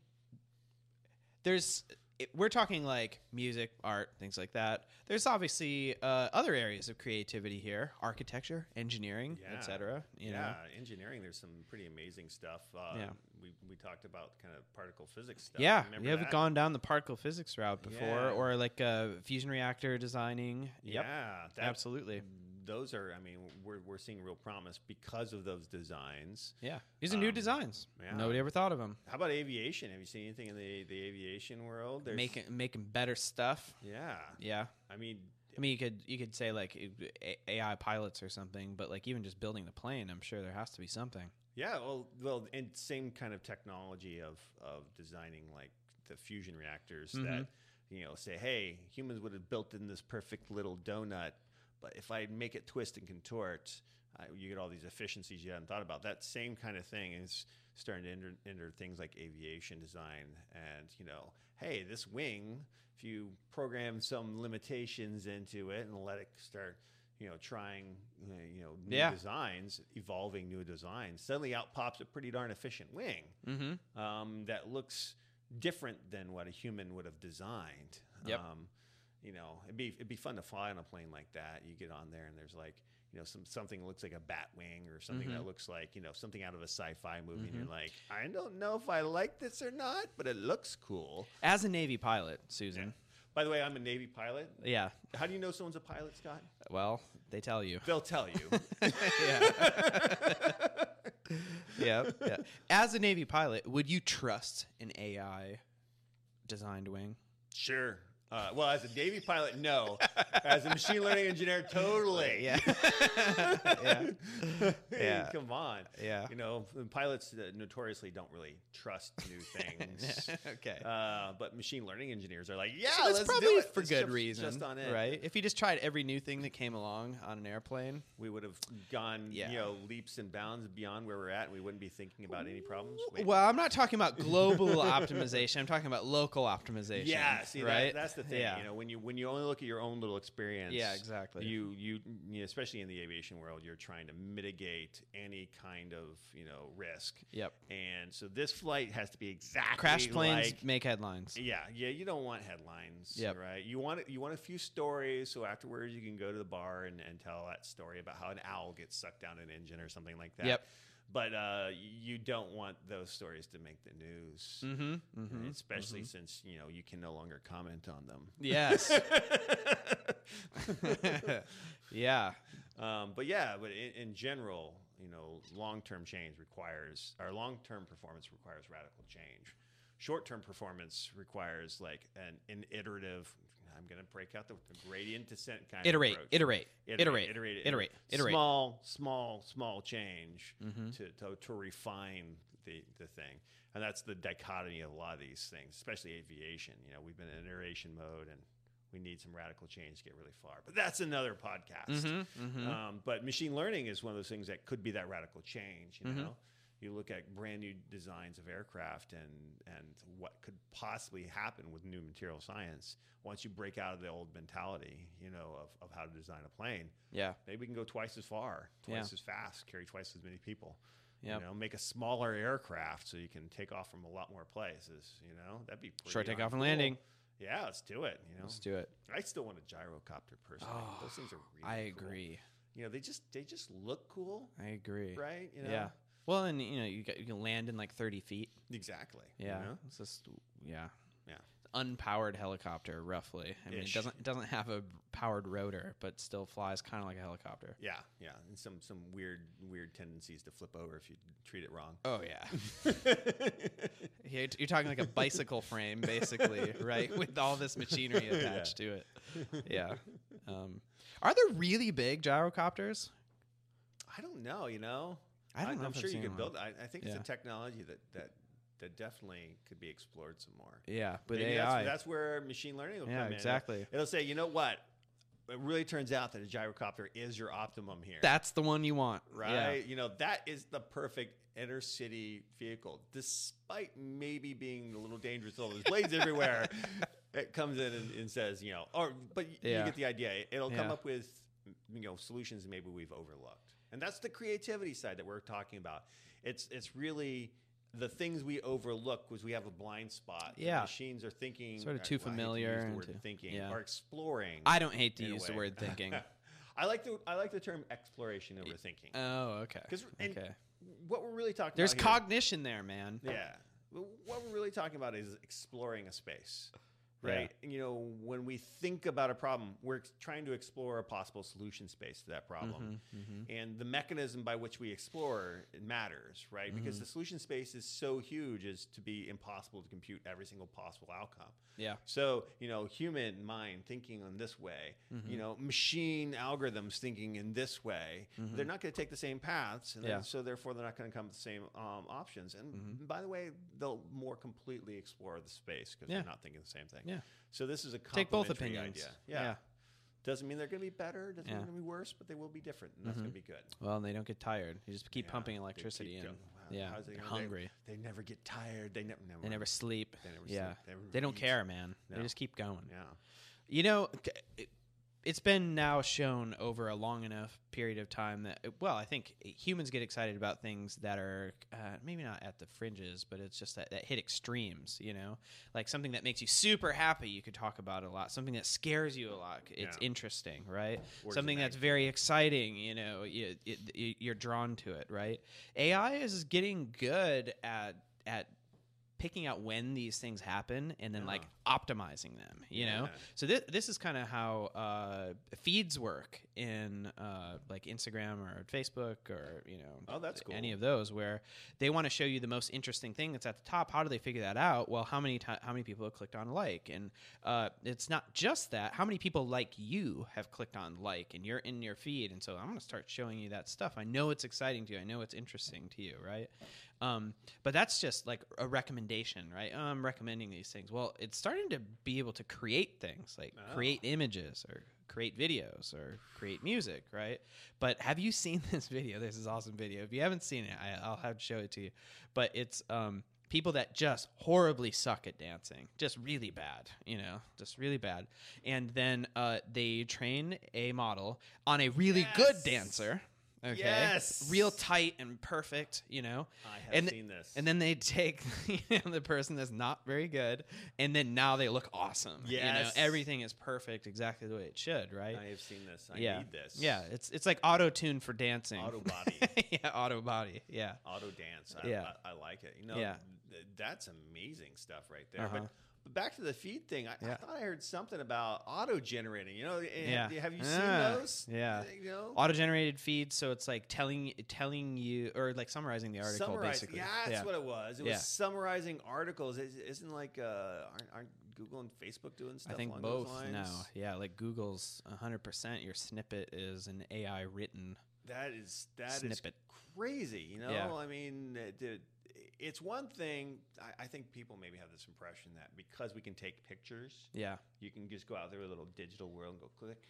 Speaker 1: there's it- we're talking like music, art, things like that. There's obviously uh, other areas of creativity here: architecture, engineering,
Speaker 2: Yeah.
Speaker 1: etc. You
Speaker 2: yeah,
Speaker 1: know,
Speaker 2: engineering. There's some pretty amazing stuff. Uh,
Speaker 1: Yeah.
Speaker 2: we we talked about kind of particle physics stuff.
Speaker 1: yeah,
Speaker 2: Remember
Speaker 1: we haven't
Speaker 2: that?
Speaker 1: gone down the particle physics route before,
Speaker 2: Yeah.
Speaker 1: or like a fusion reactor designing. Yep,
Speaker 2: Yeah, Mm. that's
Speaker 1: absolutely.
Speaker 2: those are. I mean, we're we're seeing real promise because of those designs.
Speaker 1: Yeah, these are new
Speaker 2: Um,
Speaker 1: designs.
Speaker 2: yeah.
Speaker 1: Nobody ever thought of them.
Speaker 2: How about aviation? Have you seen anything in the the aviation world? There's-
Speaker 1: Making making better stuff.
Speaker 2: Yeah,
Speaker 1: Yeah.
Speaker 2: I mean,
Speaker 1: I mean, you could you could say like A- AI pilots or something, but like even just building the plane, I'm sure there has to be something.
Speaker 2: Yeah, well, well, and same kind of technology of of designing like the fusion reactors that you know say, hey, humans would have built in this perfect little donut, but if I make it twist and contort, I, you get all these efficiencies you hadn't thought about. That same kind of thing is starting to enter, enter things like aviation design, and you know, hey, this wing, if you program some limitations into it and let it start. You know, trying, uh, you know, new
Speaker 1: Yeah.
Speaker 2: designs, evolving new designs, suddenly out pops a pretty darn efficient wing
Speaker 1: Mm-hmm.
Speaker 2: um, that looks different than what a human would have designed.
Speaker 1: Yep.
Speaker 2: Um, you know, it'd be it'd be fun to fly on a plane like that. You get on there and there's like you know some something that looks like a bat wing or something that
Speaker 1: Mm-hmm.
Speaker 2: looks like you know something out of a sci-fi movie, and you're like, I don't know if I like this or not, but it looks cool.
Speaker 1: As a Navy pilot, Susan.
Speaker 2: By the way, I'm a Navy pilot.
Speaker 1: Yeah.
Speaker 2: How do you know someone's a pilot, Scott?
Speaker 1: Well, they tell you.
Speaker 2: They'll tell you.
Speaker 1: yeah. yeah. Yeah. As a Navy pilot, would you trust an AI designed wing?
Speaker 2: Sure. Uh, well, as a Navy pilot, no. As a machine learning engineer, totally.
Speaker 1: Yeah. yeah.
Speaker 2: Hey,
Speaker 1: Yeah.
Speaker 2: Come on.
Speaker 1: Yeah.
Speaker 2: You know, pilots uh, notoriously don't really trust new things.
Speaker 1: okay.
Speaker 2: uh, but machine learning engineers are like, yeah,
Speaker 1: So that's
Speaker 2: let's
Speaker 1: probably
Speaker 2: do it.
Speaker 1: for
Speaker 2: It's
Speaker 1: good
Speaker 2: just-
Speaker 1: reason,
Speaker 2: Just on it.
Speaker 1: right? If you just tried every new thing that came along on an airplane,
Speaker 2: We would have gone,
Speaker 1: Yeah.
Speaker 2: you know, leaps and bounds beyond where we're at. And we wouldn't be thinking about any problems. Wait.
Speaker 1: Well, I'm not talking about global optimization. I'm talking about local optimization.
Speaker 2: Yeah, see,
Speaker 1: right?
Speaker 2: that, that's the thing.
Speaker 1: Yeah.
Speaker 2: You know, when you when you only look at your own little experience,
Speaker 1: Yeah, exactly.
Speaker 2: You you, you know, especially in the aviation world, you're trying to mitigate any kind of you know risk.
Speaker 1: Yep.
Speaker 2: And so this flight has to be exactly
Speaker 1: Crash planes
Speaker 2: like-
Speaker 1: make headlines.
Speaker 2: yeah, yeah. You don't want headlines,
Speaker 1: Yep.
Speaker 2: right? You want you want a few stories, so afterwards you can go to the bar and, and tell that story about how an owl gets sucked down an engine or something like that.
Speaker 1: Yep.
Speaker 2: But uh, you don't want those stories to make the news
Speaker 1: Mm-hmm.
Speaker 2: and
Speaker 1: mm-hmm.
Speaker 2: especially since you know you can no longer comment on them.
Speaker 1: Yes. yeah.
Speaker 2: um, but yeah, but in, in general, you know, long-term change requires or long-term performance requires radical change. Short-term performance requires like an, an iterative. I'm going to break out the gradient descent kind
Speaker 1: Iterate.
Speaker 2: of approach.
Speaker 1: Iterate. Iterate. Iterate.
Speaker 2: iterate,
Speaker 1: Iterate.
Speaker 2: Small, small, small change
Speaker 1: Mhm.
Speaker 2: to, to, to refine the, the thing. And that's the dichotomy of a lot of these things, especially aviation. You know, we've been in iteration mode and we need some radical change to get really far. But that's another podcast.
Speaker 1: Mhm, mhm.
Speaker 2: Um, but machine learning is one of those things that could be that radical change, you
Speaker 1: Mm-hmm.
Speaker 2: know? You look at brand new designs of aircraft and, and what could possibly happen with new material science once you break out of the old mentality, you know, of, of how to design a plane
Speaker 1: Yeah.
Speaker 2: maybe we can go twice as far,
Speaker 1: Yeah.
Speaker 2: twice as fast, carry twice as many people.
Speaker 1: Yep.
Speaker 2: You know, make a smaller aircraft so you can take off from a lot more places. You know, that'd be pretty
Speaker 1: Short
Speaker 2: darn
Speaker 1: takeoff and
Speaker 2: cool.
Speaker 1: landing.
Speaker 2: Yeah, let's do it. You know,
Speaker 1: Let's do it.
Speaker 2: I still want a gyrocopter personally.
Speaker 1: Oh,
Speaker 2: Those things are. Really
Speaker 1: I
Speaker 2: cool.
Speaker 1: agree.
Speaker 2: You know, they just they just look cool,
Speaker 1: I agree.
Speaker 2: right? You know?
Speaker 1: Yeah. Well, and you know, you got, you can land in like 30 feet.
Speaker 2: exactly. you
Speaker 1: Yeah.
Speaker 2: know?
Speaker 1: It's just yeah.
Speaker 2: Yeah.
Speaker 1: Unpowered helicopter, roughly. I mean, it
Speaker 2: Ish.
Speaker 1: doesn't it doesn't have a powered rotor, but still flies kind of like a helicopter.
Speaker 2: Yeah, yeah, and some some weird weird tendencies to flip over if you treat it wrong.
Speaker 1: Oh yeah, you're, you're talking like a bicycle frame, basically, right? With all this machinery attached to it. Yeah. Um, are there really big gyrocopters?
Speaker 2: I don't know, you know.
Speaker 1: I don't know
Speaker 2: am
Speaker 1: if I've
Speaker 2: sure you
Speaker 1: seen
Speaker 2: can
Speaker 1: one.
Speaker 2: build. I, I think
Speaker 1: Yeah.
Speaker 2: it's a technology that that that definitely could be explored some more.
Speaker 1: Yeah, with
Speaker 2: Maybe
Speaker 1: AI.
Speaker 2: That's, that's where machine learning will
Speaker 1: yeah,
Speaker 2: come
Speaker 1: exactly.
Speaker 2: in. It'll say, you know what? It really turns out that a gyrocopter is your optimum here.
Speaker 1: That's the one you want,
Speaker 2: right? You know, that is the perfect inner city vehicle, despite maybe being a little dangerous with all those blades everywhere. It comes in and, and says, you know, or but y-
Speaker 1: Yeah.
Speaker 2: you get the idea. It- It'll come
Speaker 1: Yeah.
Speaker 2: up with you know solutions maybe we've overlooked, and that's the creativity side that we're talking about. It's it's really the things we overlook was we have a blind spot. that
Speaker 1: Yeah.
Speaker 2: machines are thinking
Speaker 1: Sort of
Speaker 2: uh,
Speaker 1: too
Speaker 2: well, I hate to
Speaker 1: familiar
Speaker 2: use the
Speaker 1: and
Speaker 2: word
Speaker 1: too-
Speaker 2: thinking
Speaker 1: yeah.
Speaker 2: or exploring.
Speaker 1: I don't hate to
Speaker 2: in a
Speaker 1: use the
Speaker 2: way.
Speaker 1: word thinking.
Speaker 2: I like the I like the term exploration over thinking.
Speaker 1: oh, okay.
Speaker 2: 'Cause- and
Speaker 1: okay.
Speaker 2: what we're really talking
Speaker 1: There's
Speaker 2: about
Speaker 1: cognition there, man.
Speaker 2: here, yeah Well, what we're really talking about is exploring a space
Speaker 1: Yeah.
Speaker 2: right And, you know when we think about a problem we're ex- trying to explore a possible solution space to that
Speaker 1: Mm-hmm.
Speaker 2: problem and the mechanism by which we explore it matters right
Speaker 1: Mm-hmm.
Speaker 2: because the solution space is so huge as to be impossible to compute every single possible outcome
Speaker 1: Yeah.
Speaker 2: so, you know, human mind thinking on this way,
Speaker 1: Mm-hmm.
Speaker 2: you know, machine algorithms thinking in this way, they're not going to take the same paths. And
Speaker 1: Mm-hmm. Yeah. Mm-hmm.
Speaker 2: then, so, therefore, they're not going to come up with the same um, options. And by the way, they'll more completely explore the space because
Speaker 1: Yeah.
Speaker 2: they're not thinking the same thing.
Speaker 1: Yeah.
Speaker 2: So, this is a
Speaker 1: Take both
Speaker 2: complementary
Speaker 1: opinions.
Speaker 2: Idea. Yeah.
Speaker 1: Yeah.
Speaker 2: Doesn't mean they're going to be better, doesn't
Speaker 1: Yeah. Mm-hmm.
Speaker 2: mean they're going to be worse, but they will be different. And that's going to be good.
Speaker 1: Well, and they don't get tired. You just keep
Speaker 2: Yeah,
Speaker 1: pumping
Speaker 2: they keep
Speaker 1: electricity in.
Speaker 2: going. Wow,
Speaker 1: yeah.
Speaker 2: how's it
Speaker 1: They're
Speaker 2: gonna- they-
Speaker 1: hungry.
Speaker 2: They, never get tired. They never, never
Speaker 1: They never sleep.
Speaker 2: They never
Speaker 1: yeah.
Speaker 2: sleep. They never
Speaker 1: They don't
Speaker 2: eat.
Speaker 1: care, man. They
Speaker 2: No.
Speaker 1: just keep going.
Speaker 2: Yeah.
Speaker 1: You know, c- it- it's been now shown over a long enough period of time that, well, I think eh, humans get excited about things that are uh, maybe not at the fringes, but it's just that, that hit extremes, you know? Like something that makes you super happy, you could talk about a lot. Something that scares you a lot, it's
Speaker 2: Yeah.
Speaker 1: interesting, right?
Speaker 2: Orders of
Speaker 1: something that's very exciting, you know, you, it, you- you're drawn to it, right? AI is getting good at, at, picking out when these things happen and then like optimizing them you know
Speaker 2: Uh-huh. Yeah.
Speaker 1: so this, this is kind of how uh, feeds work in uh, like Instagram or Facebook or you know
Speaker 2: Oh, that's
Speaker 1: th- any
Speaker 2: cool.
Speaker 1: of those where they want to show you the most interesting thing that's at the top. How do they figure that out? Well, how many ti how many people have clicked on like? And uh, it's not just that. How many people like you have clicked on like and you're in your feed? And so I'm gonna start showing you that stuff. I know it's exciting to you. I know it's interesting to you, right? Um, but that's just like a recommendation, right? Oh, I'm recommending these things. Well, it's starting to be able to create things like
Speaker 2: Oh.
Speaker 1: create images or create videos or create music, right? But have you seen this video? This is an awesome video. If you haven't seen it, I, I'll have to show it to you. But it's um, people that just horribly suck at dancing, just really bad, you know, just really bad. And then uh, they train a model on a really good
Speaker 2: Yes.
Speaker 1: dancer. Okay.
Speaker 2: Yes.
Speaker 1: Real tight and perfect, you know.
Speaker 2: I have
Speaker 1: And-
Speaker 2: seen this.
Speaker 1: And then they take you know, the person that's not very good, and then now they look awesome. You know,
Speaker 2: Yes.
Speaker 1: everything is perfect exactly the way it should, right?
Speaker 2: I have seen this. I
Speaker 1: yeah.
Speaker 2: need this.
Speaker 1: Yeah, it's it's like auto tune for dancing.
Speaker 2: Auto body.
Speaker 1: yeah, auto body. Yeah.
Speaker 2: auto dance. I,
Speaker 1: Yeah.
Speaker 2: I, I like it. You know,
Speaker 1: Yeah.
Speaker 2: th- that's amazing stuff right there.
Speaker 1: Uh-huh.
Speaker 2: But, but back to the feed thing, I, I
Speaker 1: Yeah.
Speaker 2: thought I heard something about auto generating. You know, and
Speaker 1: Yeah.
Speaker 2: have you seen
Speaker 1: Ah,
Speaker 2: those?
Speaker 1: yeah.
Speaker 2: You know,
Speaker 1: Auto generated feeds, so it's like telling telling you or like summarizing the article
Speaker 2: Summarize-
Speaker 1: basically.
Speaker 2: Yeah, that's what it was. It
Speaker 1: Yeah.
Speaker 2: was summarizing articles. Is- Isn't like uh, aren't, aren't Google and Facebook doing stuff?
Speaker 1: I think
Speaker 2: along
Speaker 1: both
Speaker 2: those lines?
Speaker 1: now. Yeah, like Google's 100%. Your snippet is an AI written.
Speaker 2: That is that is
Speaker 1: Snippet.
Speaker 2: crazy. You know,
Speaker 1: Yeah.
Speaker 2: I mean, it- it- it's one thing. I, I think people maybe have this impression that because we can take pictures,
Speaker 1: Yeah.
Speaker 2: you can just go out there with a little digital world and go click.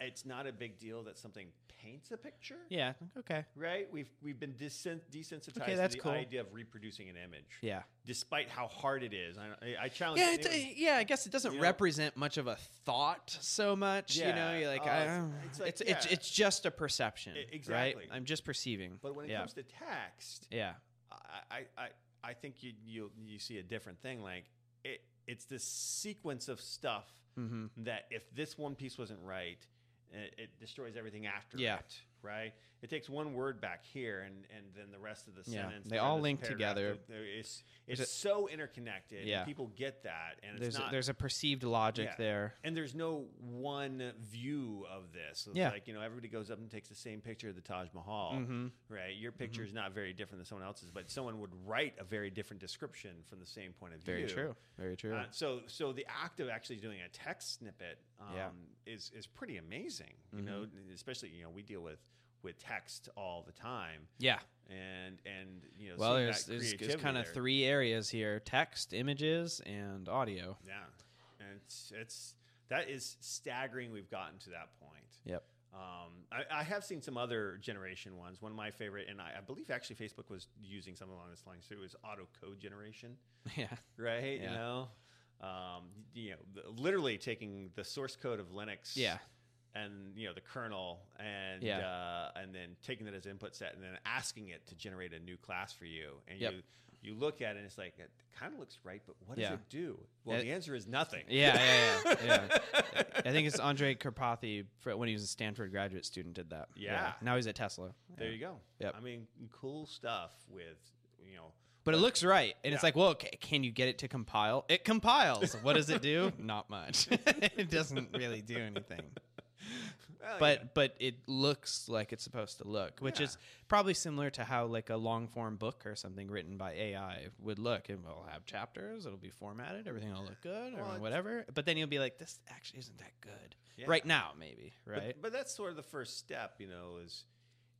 Speaker 2: It's not a big deal that something paints a picture,
Speaker 1: Yeah. Okay.
Speaker 2: right? We've we've been desen- desensitized
Speaker 1: Okay, that's
Speaker 2: to the
Speaker 1: cool.
Speaker 2: idea of reproducing an image,
Speaker 1: Yeah.
Speaker 2: despite how hard it is. I, I- I challenge.
Speaker 1: Yeah, it's, uh,
Speaker 2: anyone-
Speaker 1: yeah. I guess it doesn't
Speaker 2: you know?
Speaker 1: represent much of a thought so much. You know,
Speaker 2: Yeah.
Speaker 1: you're like,
Speaker 2: Oh,
Speaker 1: I
Speaker 2: it's-
Speaker 1: don't- it's,
Speaker 2: it's
Speaker 1: it's,
Speaker 2: like,
Speaker 1: it's
Speaker 2: yeah.
Speaker 1: just a perception,
Speaker 2: E-
Speaker 1: right?
Speaker 2: exactly.
Speaker 1: I'm just perceiving.
Speaker 2: but when it
Speaker 1: yeah.
Speaker 2: comes to text,
Speaker 1: yeah,
Speaker 2: I, I- I, I think you you you see a different thing. Like it, it's this sequence of stuff
Speaker 1: Mhm.
Speaker 2: that if this one piece wasn't right, it, it destroys everything after
Speaker 1: Yeah.
Speaker 2: it. Right? It takes one word back here, and and then the rest of the
Speaker 1: Yeah,
Speaker 2: sentence.
Speaker 1: they
Speaker 2: or
Speaker 1: all
Speaker 2: this
Speaker 1: link
Speaker 2: paragraph,
Speaker 1: together.
Speaker 2: th- th- It's it's
Speaker 1: There's a-
Speaker 2: so interconnected. and
Speaker 1: Yeah.
Speaker 2: people get that, and
Speaker 1: there's
Speaker 2: it's not.
Speaker 1: a, there's a perceived logic
Speaker 2: Yeah.
Speaker 1: there.
Speaker 2: and there's no one view of this. So It's
Speaker 1: Yeah.
Speaker 2: like, you know, everybody goes up and takes the same picture of the Taj Mahal,
Speaker 1: Mm-hmm.
Speaker 2: right? Your picture is not very different than someone else's, but someone would write a very different description from the same point of
Speaker 1: Very
Speaker 2: view.
Speaker 1: true. Very true.
Speaker 2: Uh, so, so the act of actually doing a text snippet um,
Speaker 1: Yeah. Mm-hmm.
Speaker 2: is is pretty amazing. You know, especially you know we deal with with text all the time.
Speaker 1: Yeah.
Speaker 2: And and you know,
Speaker 1: Well,
Speaker 2: seeing
Speaker 1: there's
Speaker 2: that
Speaker 1: there's, there's
Speaker 2: creativity
Speaker 1: kind of
Speaker 2: there.
Speaker 1: three areas here: text, images, and audio.
Speaker 2: Yeah, and it's it's that is staggering. We've gotten to that point.
Speaker 1: Yep.
Speaker 2: Um, I, I have seen some other generation ones. One of my favorite, and I, I believe actually Facebook was using something along this line too, is auto code generation,
Speaker 1: Yeah.
Speaker 2: right?
Speaker 1: Yeah.
Speaker 2: You know, um, you know, th- literally taking the source code of Linux,
Speaker 1: Yeah.
Speaker 2: and you know the kernel, and
Speaker 1: Yeah.
Speaker 2: uh, and then taking that as input set, and then asking it to generate a new class for you, and
Speaker 1: Yep.
Speaker 2: you you look at it, and it's like it kind of looks right, but what
Speaker 1: Yeah.
Speaker 2: does it do? Well,
Speaker 1: Uh,
Speaker 2: the answer is nothing.
Speaker 1: Yeah. Yeah. Yeah. yeah. I think it's Andre Karpathy fr- when he was a Stanford graduate student did that.
Speaker 2: Yeah.
Speaker 1: Now he's at Tesla.
Speaker 2: There
Speaker 1: Yeah.
Speaker 2: you go.
Speaker 1: Yep.
Speaker 2: I mean, cool stuff with you know.
Speaker 1: But it looks right, and it's
Speaker 2: Yeah.
Speaker 1: like, well, ca- can you get it to compile? It compiles. What does it do? Not much. it doesn't really do anything.
Speaker 2: well,
Speaker 1: But but it looks like it's supposed to look, which
Speaker 2: Oh, Yeah.
Speaker 1: is probably similar to how like a long form book or something written by AI would look. It will have chapters. It'll be formatted. Everything will look good
Speaker 2: Well,
Speaker 1: or
Speaker 2: it's-
Speaker 1: whatever. But then you'll be like, this actually isn't that good
Speaker 2: yeah.
Speaker 1: right now, maybe.
Speaker 2: But-
Speaker 1: Right?
Speaker 2: But, that's sort of the first step, you know, is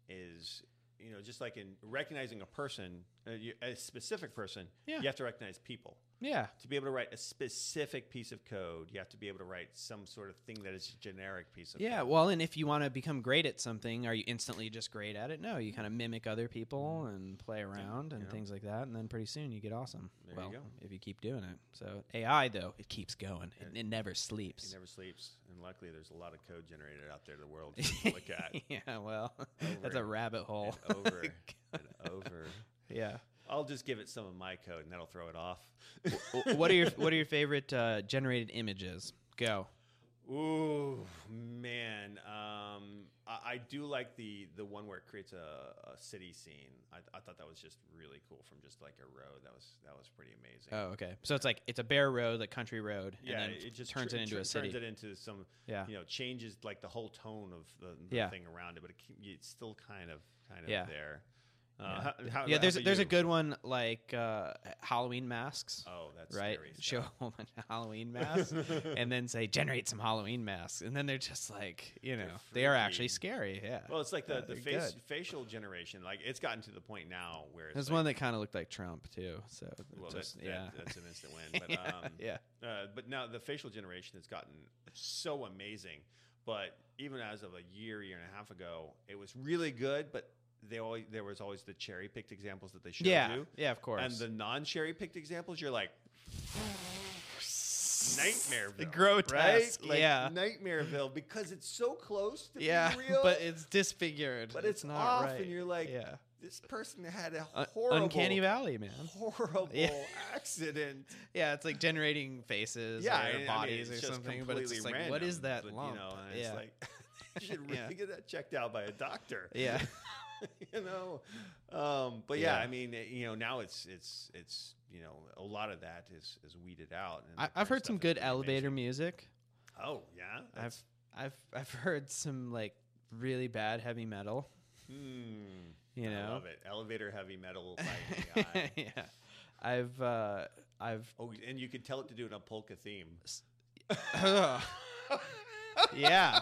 Speaker 2: is you know just like in recognizing a person, uh, you, a specific person,
Speaker 1: Yeah.
Speaker 2: you have to recognize people.
Speaker 1: yeah.
Speaker 2: To be able to write a specific piece of code, you have to be able to write some sort of thing that is a generic piece of
Speaker 1: Yeah,
Speaker 2: code.
Speaker 1: well, and if you want to become great at something, are you instantly just great at it? No, you kind of mimic other people and play around and
Speaker 2: Mm-hmm. Yeah.
Speaker 1: things like that, and then pretty soon you get awesome.
Speaker 2: There you
Speaker 1: well,
Speaker 2: go.
Speaker 1: if you keep doing it. So AI though, it keeps going. It,
Speaker 2: Yeah.
Speaker 1: it never
Speaker 2: He
Speaker 1: sleeps.
Speaker 2: never sleeps, and luckily there's a lot of code generated out there in the world to look at
Speaker 1: yeah, well, that's
Speaker 2: Over
Speaker 1: a rabbit hole.
Speaker 2: and over and over.
Speaker 1: yeah.
Speaker 2: I'll just give it some of my code, and that'll throw it off.
Speaker 1: W- what are your What are your favorite uh, generated images? Go.
Speaker 2: Ooh man, um, I, I do like the the one where it creates a, a city scene. I, I thought that was just really cool from just like a road. That was that was pretty amazing.
Speaker 1: Oh, okay. So it's like it's a bare road, a country road,
Speaker 2: yeah,
Speaker 1: and then
Speaker 2: it just
Speaker 1: turns
Speaker 2: tr-
Speaker 1: it into
Speaker 2: tr-
Speaker 1: a city.
Speaker 2: Turns it into some
Speaker 1: yeah.
Speaker 2: you know changes like the whole tone of the, the
Speaker 1: Yeah.
Speaker 2: thing around it, but it, ke- it's still kind of kind of
Speaker 1: Yeah.
Speaker 2: there. Uh,
Speaker 1: Yeah.
Speaker 2: how- how-
Speaker 1: yeah,
Speaker 2: how
Speaker 1: there's
Speaker 2: about
Speaker 1: there's a
Speaker 2: you?
Speaker 1: good one like uh, Halloween masks.
Speaker 2: oh that's
Speaker 1: right?
Speaker 2: scary
Speaker 1: Show
Speaker 2: stuff.
Speaker 1: a whole bunch of Halloween masks and then say, generate some Halloween masks. And then they're just like, you know,
Speaker 2: They're
Speaker 1: they are actually
Speaker 2: freaky.
Speaker 1: scary. Yeah.
Speaker 2: Well, it's like the,
Speaker 1: Yeah,
Speaker 2: the
Speaker 1: they're
Speaker 2: face,
Speaker 1: Uh, good.
Speaker 2: facial generation. Like it's gotten to the point now where it's
Speaker 1: There's
Speaker 2: like,
Speaker 1: one that kind of looked like Trump, too. So,
Speaker 2: Well,
Speaker 1: just,
Speaker 2: that,
Speaker 1: yeah.
Speaker 2: that, that's an instant win. But um,
Speaker 1: yeah.
Speaker 2: Uh, but now the facial generation has gotten so amazing. But even as of a year, year and a half ago, it was really good. But they always, there was always the cherry picked examples that they showed
Speaker 1: Yeah.
Speaker 2: you,
Speaker 1: Yeah, of course.
Speaker 2: and the non cherry picked examples. You're like Nightmareville,
Speaker 1: Grotesque,
Speaker 2: right? Like,
Speaker 1: yeah.
Speaker 2: Nightmareville, because it's so close to
Speaker 1: yeah,
Speaker 2: being real,
Speaker 1: but it's disfigured.
Speaker 2: but it's,
Speaker 1: not
Speaker 2: off,
Speaker 1: right.
Speaker 2: and you're like,
Speaker 1: yeah.
Speaker 2: this person had a
Speaker 1: Un-
Speaker 2: horrible,
Speaker 1: Uncanny Valley, man.
Speaker 2: horrible
Speaker 1: Yeah.
Speaker 2: accident.
Speaker 1: Yeah, it's like generating faces
Speaker 2: yeah,
Speaker 1: or
Speaker 2: and,
Speaker 1: bodies
Speaker 2: I mean, it's
Speaker 1: or
Speaker 2: just
Speaker 1: something, but it's
Speaker 2: completely
Speaker 1: just like,
Speaker 2: random,
Speaker 1: what is that
Speaker 2: but,
Speaker 1: lump?
Speaker 2: You know, and
Speaker 1: yeah.
Speaker 2: it's like you should really
Speaker 1: Yeah.
Speaker 2: get that checked out by a doctor.
Speaker 1: yeah.
Speaker 2: you know, um, but yeah,
Speaker 1: Yeah.
Speaker 2: I mean, it- you know, now it's it's it's you know a lot of that is is weeded out. And
Speaker 1: I,
Speaker 2: that kind
Speaker 1: I've
Speaker 2: of
Speaker 1: heard some
Speaker 2: stuff is
Speaker 1: good
Speaker 2: pretty
Speaker 1: elevator
Speaker 2: amazing.
Speaker 1: music.
Speaker 2: Oh yeah,
Speaker 1: I've
Speaker 2: That's-
Speaker 1: I've I've heard some like really bad heavy metal.
Speaker 2: hmm,
Speaker 1: You
Speaker 2: I
Speaker 1: know,
Speaker 2: love it. Elevator heavy metal. By AI.
Speaker 1: yeah. I've uh, I've
Speaker 2: oh, and you could tell it to do it on polka theme.
Speaker 1: yeah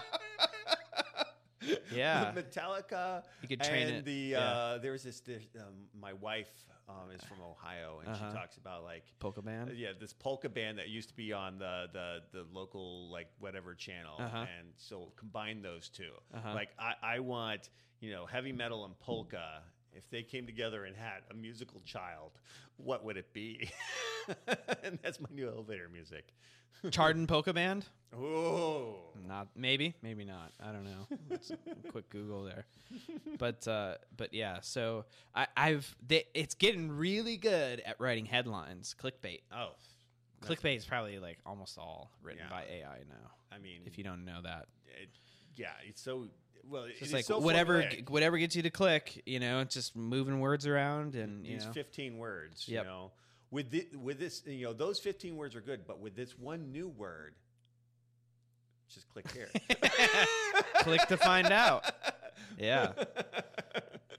Speaker 1: Yeah.
Speaker 2: Metallica.
Speaker 1: You could train
Speaker 2: and
Speaker 1: it,
Speaker 2: the
Speaker 1: yeah.
Speaker 2: uh, there was this. this um, my wife um, is from Ohio, and
Speaker 1: Uh-huh.
Speaker 2: she talks about like.
Speaker 1: polka band.
Speaker 2: Yeah, this polka band that used to be on the the, the local like whatever channel,
Speaker 1: Uh-huh.
Speaker 2: and so combine those 2
Speaker 1: Uh-huh.
Speaker 2: Like I, I want you know heavy metal and polka. If they came together and had a musical child, what would it be? and that's my new elevator music.
Speaker 1: Chardon polka band?
Speaker 2: Oh,
Speaker 1: Not maybe, maybe not. I don't know. Let's quick Google there. But uh, but yeah, so I, I've they, it's getting really good at writing headlines, clickbait.
Speaker 2: oh, That's-
Speaker 1: Clickbait is probably like almost all written
Speaker 2: Yeah. Mm.
Speaker 1: by AI now.
Speaker 2: I mean,
Speaker 1: If you don't know that,
Speaker 2: it, yeah, it's so well. It's
Speaker 1: just like whatever
Speaker 2: formulaic.
Speaker 1: whatever gets you to click you know it's just moving words around and you
Speaker 2: these
Speaker 1: know
Speaker 2: 15 words
Speaker 1: Yep.
Speaker 2: you know with thi- with this you know those 15 words are good but with this one new word just click here
Speaker 1: click to find out yeah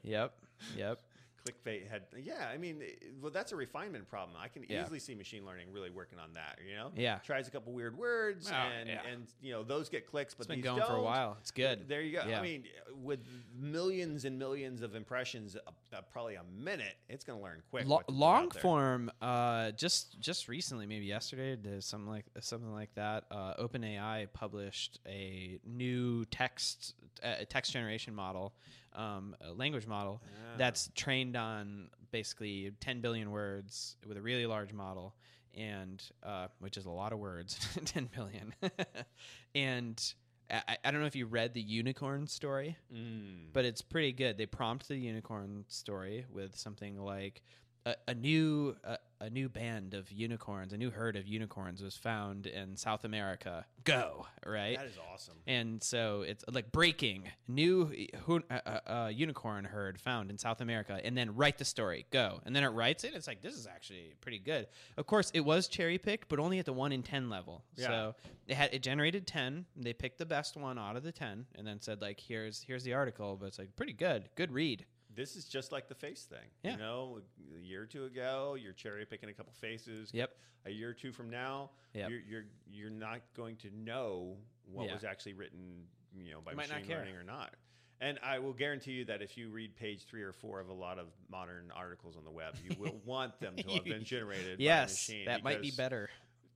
Speaker 1: yep yep
Speaker 2: clickbait had yeah i mean it- well that's a refinement problem i can
Speaker 1: Yeah.
Speaker 2: easily see machine learning really working on that you know
Speaker 1: Yeah.
Speaker 2: tries a couple weird words
Speaker 1: Oh,
Speaker 2: and
Speaker 1: yeah.
Speaker 2: and you know those get clicks but
Speaker 1: It's been
Speaker 2: these
Speaker 1: going for a
Speaker 2: don't.
Speaker 1: while. It's good.
Speaker 2: there you go
Speaker 1: Yeah.
Speaker 2: i mean with millions and millions of impressions uh, uh, probably a minute it's going to learn quick
Speaker 1: Lo-
Speaker 2: what to put
Speaker 1: long
Speaker 2: out there.
Speaker 1: form, uh, just just recently, maybe yesterday, there's something like something like that. Uh, OpenAI published a new text uh, text generation model, um, a language model
Speaker 2: Ah.
Speaker 1: that's trained on basically 10 billion words with a really large model, and uh, which is a lot of words, 10 billion. and I, I- I don't know if you read the unicorn story
Speaker 2: Mm.
Speaker 1: but it's pretty good. They prompt the unicorn story with something like a, a new a, a new band of unicorns, a new herd of unicorns was found in South America. Go right.
Speaker 2: that is awesome
Speaker 1: and so it's like breaking new uh, uh, uh, unicorn herd found in South America, and then write the story. Go, and then it writes it. It's like this is actually pretty good. Of course, it was cherry picked, but only at the one in ten level.
Speaker 2: Yeah.
Speaker 1: So it had it generated ten. They picked the best one out of the ten, and then said like, "Here's here's the article." But it's like pretty good, good read.
Speaker 2: this is just like the face thing.
Speaker 1: Yeah.
Speaker 2: You know, a year or two ago, you're cherry picking a couple faces.
Speaker 1: Yep.
Speaker 2: A year or two from now,
Speaker 1: Yep.
Speaker 2: you're, you're you're not going to know what
Speaker 1: Yeah.
Speaker 2: was actually written, you know, by
Speaker 1: You might not
Speaker 2: machine
Speaker 1: care.
Speaker 2: learning or not. And I will guarantee you that if you read page three or four of a lot of modern articles on the web, you will want them to have been generated by a
Speaker 1: yes,
Speaker 2: machine.
Speaker 1: that might be
Speaker 2: because,
Speaker 1: better.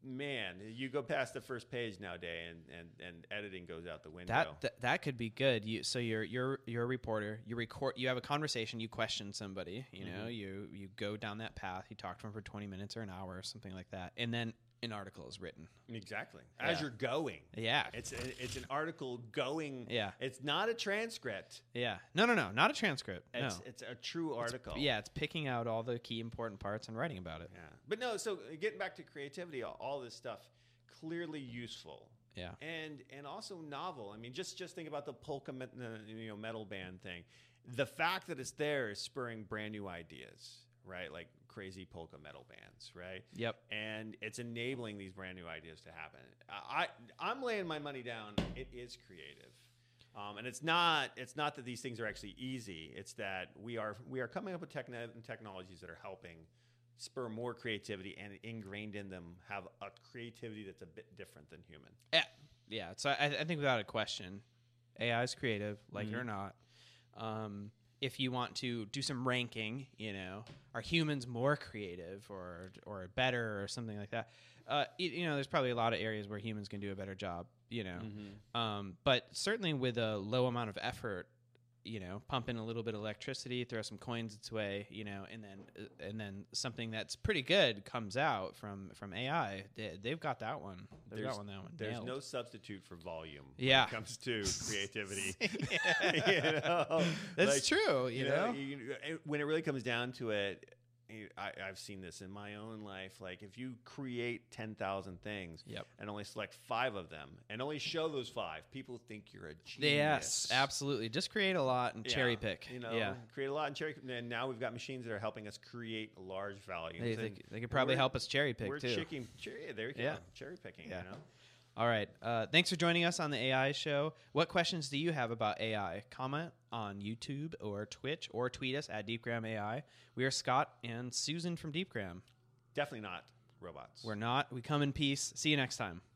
Speaker 2: Man, you go past the first page nowadays, and and, and editing goes out the window.
Speaker 1: That, that that could be good. You so you're you're you're a reporter. You record. You have a conversation. You question somebody. You
Speaker 2: Mm-hmm.
Speaker 1: know. You you go down that path. You talk to them for twenty minutes or an hour or something like that, and then an article is written.
Speaker 2: exactly. As
Speaker 1: Yeah.
Speaker 2: you're going,
Speaker 1: Yeah.
Speaker 2: It's a, it's an article going.
Speaker 1: Yeah.
Speaker 2: It's not a transcript.
Speaker 1: yeah. No. No. No. Not a transcript. No.
Speaker 2: It's it's a true article.
Speaker 1: yeah. It's picking out all the key important parts and writing about it.
Speaker 2: Yeah. But no. So uh, getting back to creativity, all, all this stuff clearly useful
Speaker 1: Yeah.
Speaker 2: and and also novel. I mean, just just think about the polka met, the, you know metal band thing. The fact that it's there is spurring brand new ideas, right? Like crazy polka metal bands, right?
Speaker 1: Yep.
Speaker 2: And it's enabling these brand new ideas to happen. I I- I'm laying my money down. It is creative. Um, and it's not it's not that these things are actually easy. It's that we are we are coming up with techno- technologies that are helping spur more creativity and ingrained in them have a creativity that's a bit different than human.
Speaker 1: Yeah. Yeah. So I, I think without a question, AI is creative, like it or
Speaker 2: Mhm.
Speaker 1: not. Um, if you want to do some ranking, you know, are humans more creative or or better or something like that? Uh, it, you know, there's probably a lot of areas where humans can do a better job, you know.
Speaker 2: Mm.
Speaker 1: Um, but certainly with a low amount of effort, you know, pump in a little bit of electricity, throw some coins its way, you know, and then uh, and then something that's pretty good comes out from from AI. They, they've got that one. They've
Speaker 2: There's-
Speaker 1: got one that one.
Speaker 2: There's
Speaker 1: nailed.
Speaker 2: no substitute for volume
Speaker 1: Yeah.
Speaker 2: when it comes to creativity.
Speaker 1: Yeah.
Speaker 2: You know?
Speaker 1: That's
Speaker 2: Like,
Speaker 1: true. You, know,
Speaker 2: you- it- when it really comes down to it, you- I, I've seen this in my own life. Like, if you create 10,000 things
Speaker 1: Yep.
Speaker 2: and only select five of them and only show those five, people think you're a genius.
Speaker 1: Yes, absolutely. Just create a lot and
Speaker 2: Yeah.
Speaker 1: cherry pick.
Speaker 2: You know,
Speaker 1: yeah.
Speaker 2: create a lot and cherry. And now we've got machines that are helping us create large volumes.
Speaker 1: They, they,
Speaker 2: and
Speaker 1: they could probably
Speaker 2: we're-
Speaker 1: help us cherry
Speaker 2: We're
Speaker 1: pick too.
Speaker 2: chicken, cherry, there you go.
Speaker 1: Yeah.
Speaker 2: Cherry picking,
Speaker 1: Yeah.
Speaker 2: you know?
Speaker 1: All right. Uh, thanks for joining us on the AI show. What questions do you have about AI? Comment on YouTube or Twitch or tweet us at DeepGram AI. We are Scott and Susan from DeepGram.
Speaker 2: Definitely not robots.
Speaker 1: We're not. We come in peace. See you next time.